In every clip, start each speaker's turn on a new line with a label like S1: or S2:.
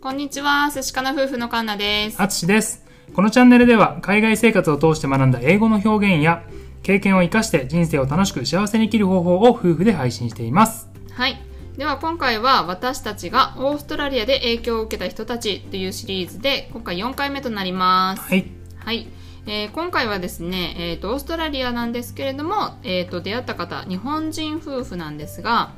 S1: こんにちは、寿司かな夫婦のカンナです。
S2: あつしですこのチャンネルでは海外生活を通して学んだ英語の表現や経験を生かして人生を楽しく幸せに生きる方法を夫婦で配信しています
S1: はい。では今回は私たちがオーストラリアで影響を受けた人たちというシリーズで今回4回目となります。
S2: はい
S1: はい。えー今回はですね、えーと、オーストラリアなんですけれども、えーと、出会った方、日本人夫婦なんですが、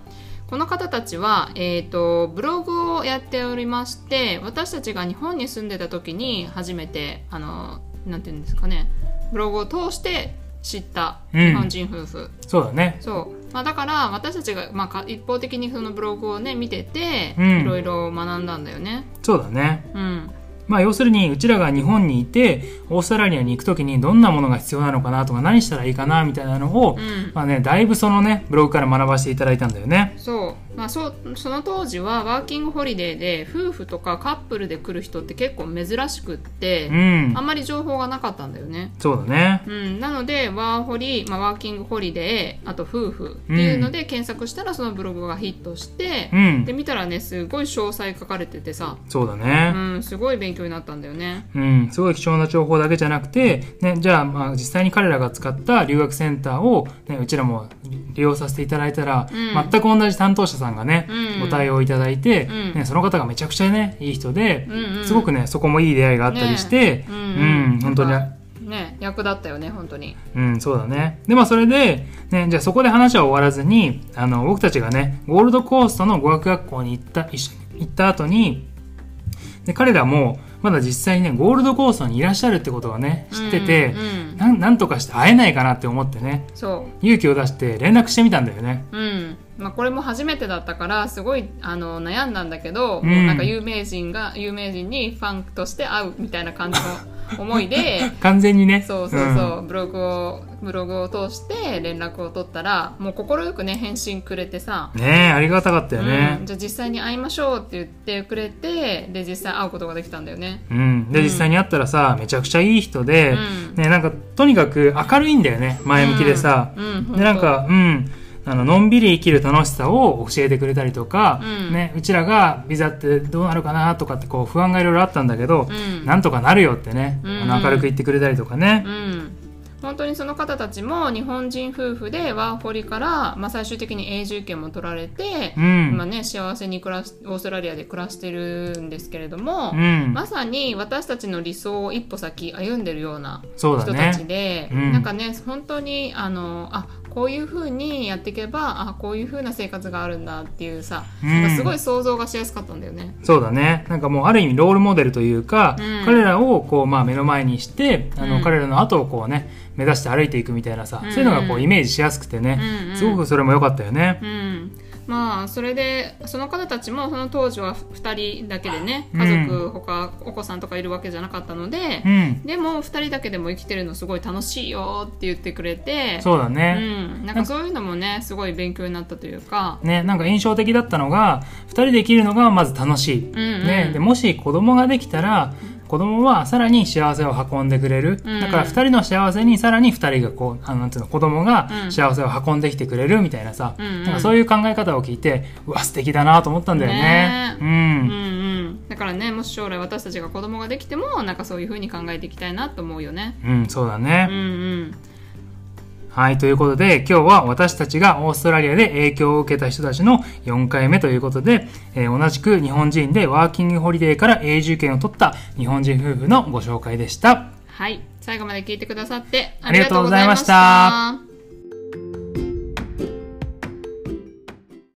S1: この方たちは、えーと、ブログをやっておりまして、私たちが日本に住んでた時に初めて、あの、なんていうんですかね、ブログを通して知った日本人夫婦。
S2: そうだね
S1: そう、まあ、だから私たちが、まあか、一方的にそのブログをね見てて、
S2: うん
S1: いろいろ学んだんだよね
S2: そうだね
S1: うん
S2: まあ要するにうちらが日本にいてオーストラリアに行く時にどんなものが必要なのかなとか何したらいいかなみたいなのを、
S1: うん
S2: まあねだいぶそのねブログから学ばせていただいたんだよね
S1: そう、まあ、そうその当時はワーキングホリデーで夫婦とかカップルで来る人って結構珍しくって、
S2: うん
S1: あんまり情報がなかったんだよね
S2: そうだね
S1: うん、なのでワーホリ、まあ、ワーキングホリデーあと夫婦っていうので検索したらそのブログがヒットして、
S2: うん
S1: で見たらねすごい詳細書かれててさ、
S2: そうだ
S1: う
S2: ね、
S1: ん、すごい勉強になったんだよね
S2: うん、すごい貴重な情報だけじゃなくて、ね、じゃあ、まあ、実際に彼らが使った留学センターを、ね、うちらも利用させていただいたら、
S1: うん
S2: 全く同じ担当者さんがね、
S1: うん
S2: ご対応いただいて、
S1: うん
S2: ね、その方がめちゃくちゃね、いい人で、
S1: うんうん
S2: すごくね、そこもいい出会いがあったりして、
S1: ねえう
S2: うんん、
S1: うん
S2: 本当に、
S1: なんかね役立ったよね本当に
S2: うん、そうだね。で、まあ、それで、ね、じゃあそこで話は終わらずに、あの、僕たちがね、ゴールドコーストの語学学校に行った、一緒に行った後に、で、彼らも、まだ実際にね、ゴールドコーストにいらっしゃるってことはね、知って
S1: うん
S2: て、
S1: うん
S2: なんなんとかして会えないかなって思ってね、
S1: そ
S2: 勇気を出して連絡してみたんだよね。
S1: ううんまあこれも初めてだったからすごいあの悩んだんだけど、
S2: うん
S1: もうなんか有名人が有名人にファンとして会うみたいな感じ の思いで
S2: 完全にね。
S1: そうそうそう、ブログをブログを通して連絡を取ったらもう快くね返信くれてさ
S2: う、んねえ、ありがたかったよ
S1: うん
S2: ね。
S1: じゃあ実際に会いましょうって言ってくれてで実際会うことができたんだよね
S2: うん。で、実際に会ったらさ、めちゃくちゃいい人で、
S1: うん
S2: ね、なんか、とにかく明るいんだよね、前向きでさ。
S1: うんうんほんと
S2: で、なんか、うん。あの、のんびり生きる楽しさを教えてくれたりとか、
S1: うん
S2: ね、うちらがビザってどうなるかなとかってこう不安がいろいろあったんだけど、
S1: うん
S2: なんとかなるよってね、あ
S1: うん
S2: の明るく言ってくれたりとかね。
S1: うん、本当にその方たちも日本人夫婦でワーホリから、まあ、最終的に永住権も取られて、
S2: うん
S1: 今ね幸せに暮らしオーストラリアで暮らしてるんですけれども、
S2: うん
S1: まさに私たちの理想を一歩先歩んでるような
S2: そうだ
S1: 人たち
S2: ね。
S1: で、
S2: うん
S1: なんかね本当にあのあこういうふうにやっていけばあこういうふうな生活があるんだっていうさ、
S2: うん
S1: なんかすごい想像がしやすかったんだよね。
S2: そうだね。なんかもうある意味ロールモデルというか、
S1: うん
S2: 彼らをこうまあ目の前にして、あの、
S1: うん
S2: 彼らの後をこうね、目指して歩いていくみたいなさ、そういうのが
S1: う
S2: こ
S1: んう
S2: うんイメージしやすくてね、
S1: うんうん
S2: すごくそれも良かったよね。
S1: うん、まあそれでその方たちもその当時は2人だけでね家族、他お子さんとかいるわけじゃなかったので
S2: う、ん。
S1: でも2人だけでも生きてるのすごい楽しいよって言ってくれて
S2: そうだね。
S1: うん、なんかそういうのもねすごい勉強になったというか、
S2: ね、なんか印象的だったのが2人で生きるのがまず楽しい、
S1: んうん
S2: ね、でもし子供ができたら子供はさらに幸せを運んでくれる、
S1: うんうん
S2: だから2人の幸せにさらに2人がこうあのなんていうの子供が
S1: うん
S2: 幸せを運んできてくれるみたいなさ、
S1: うんうん
S2: なんかそういう考え方を聞いてうわ素敵だなと思ったんだよね
S1: ね
S2: う
S1: うん
S2: ん、
S1: うん、だからねもし将来私たちが子供ができてもなんかそういうふうに考えていきたいなと思うよね。
S2: うんそうだね、
S1: うんうん
S2: はいということで今日は私たちがオーストラリアで影響を受けた人たちの4回目ということで、えー同じく日本人でワーキングホリデーから永住権を取った日本人夫婦のご紹介でした。
S1: はい最後まで聞いてくださってあ
S2: り
S1: りが
S2: が
S1: と
S2: とう
S1: う
S2: ご
S1: ご
S2: ざ
S1: ざ
S2: い
S1: い
S2: ま
S1: ま
S2: し
S1: したた。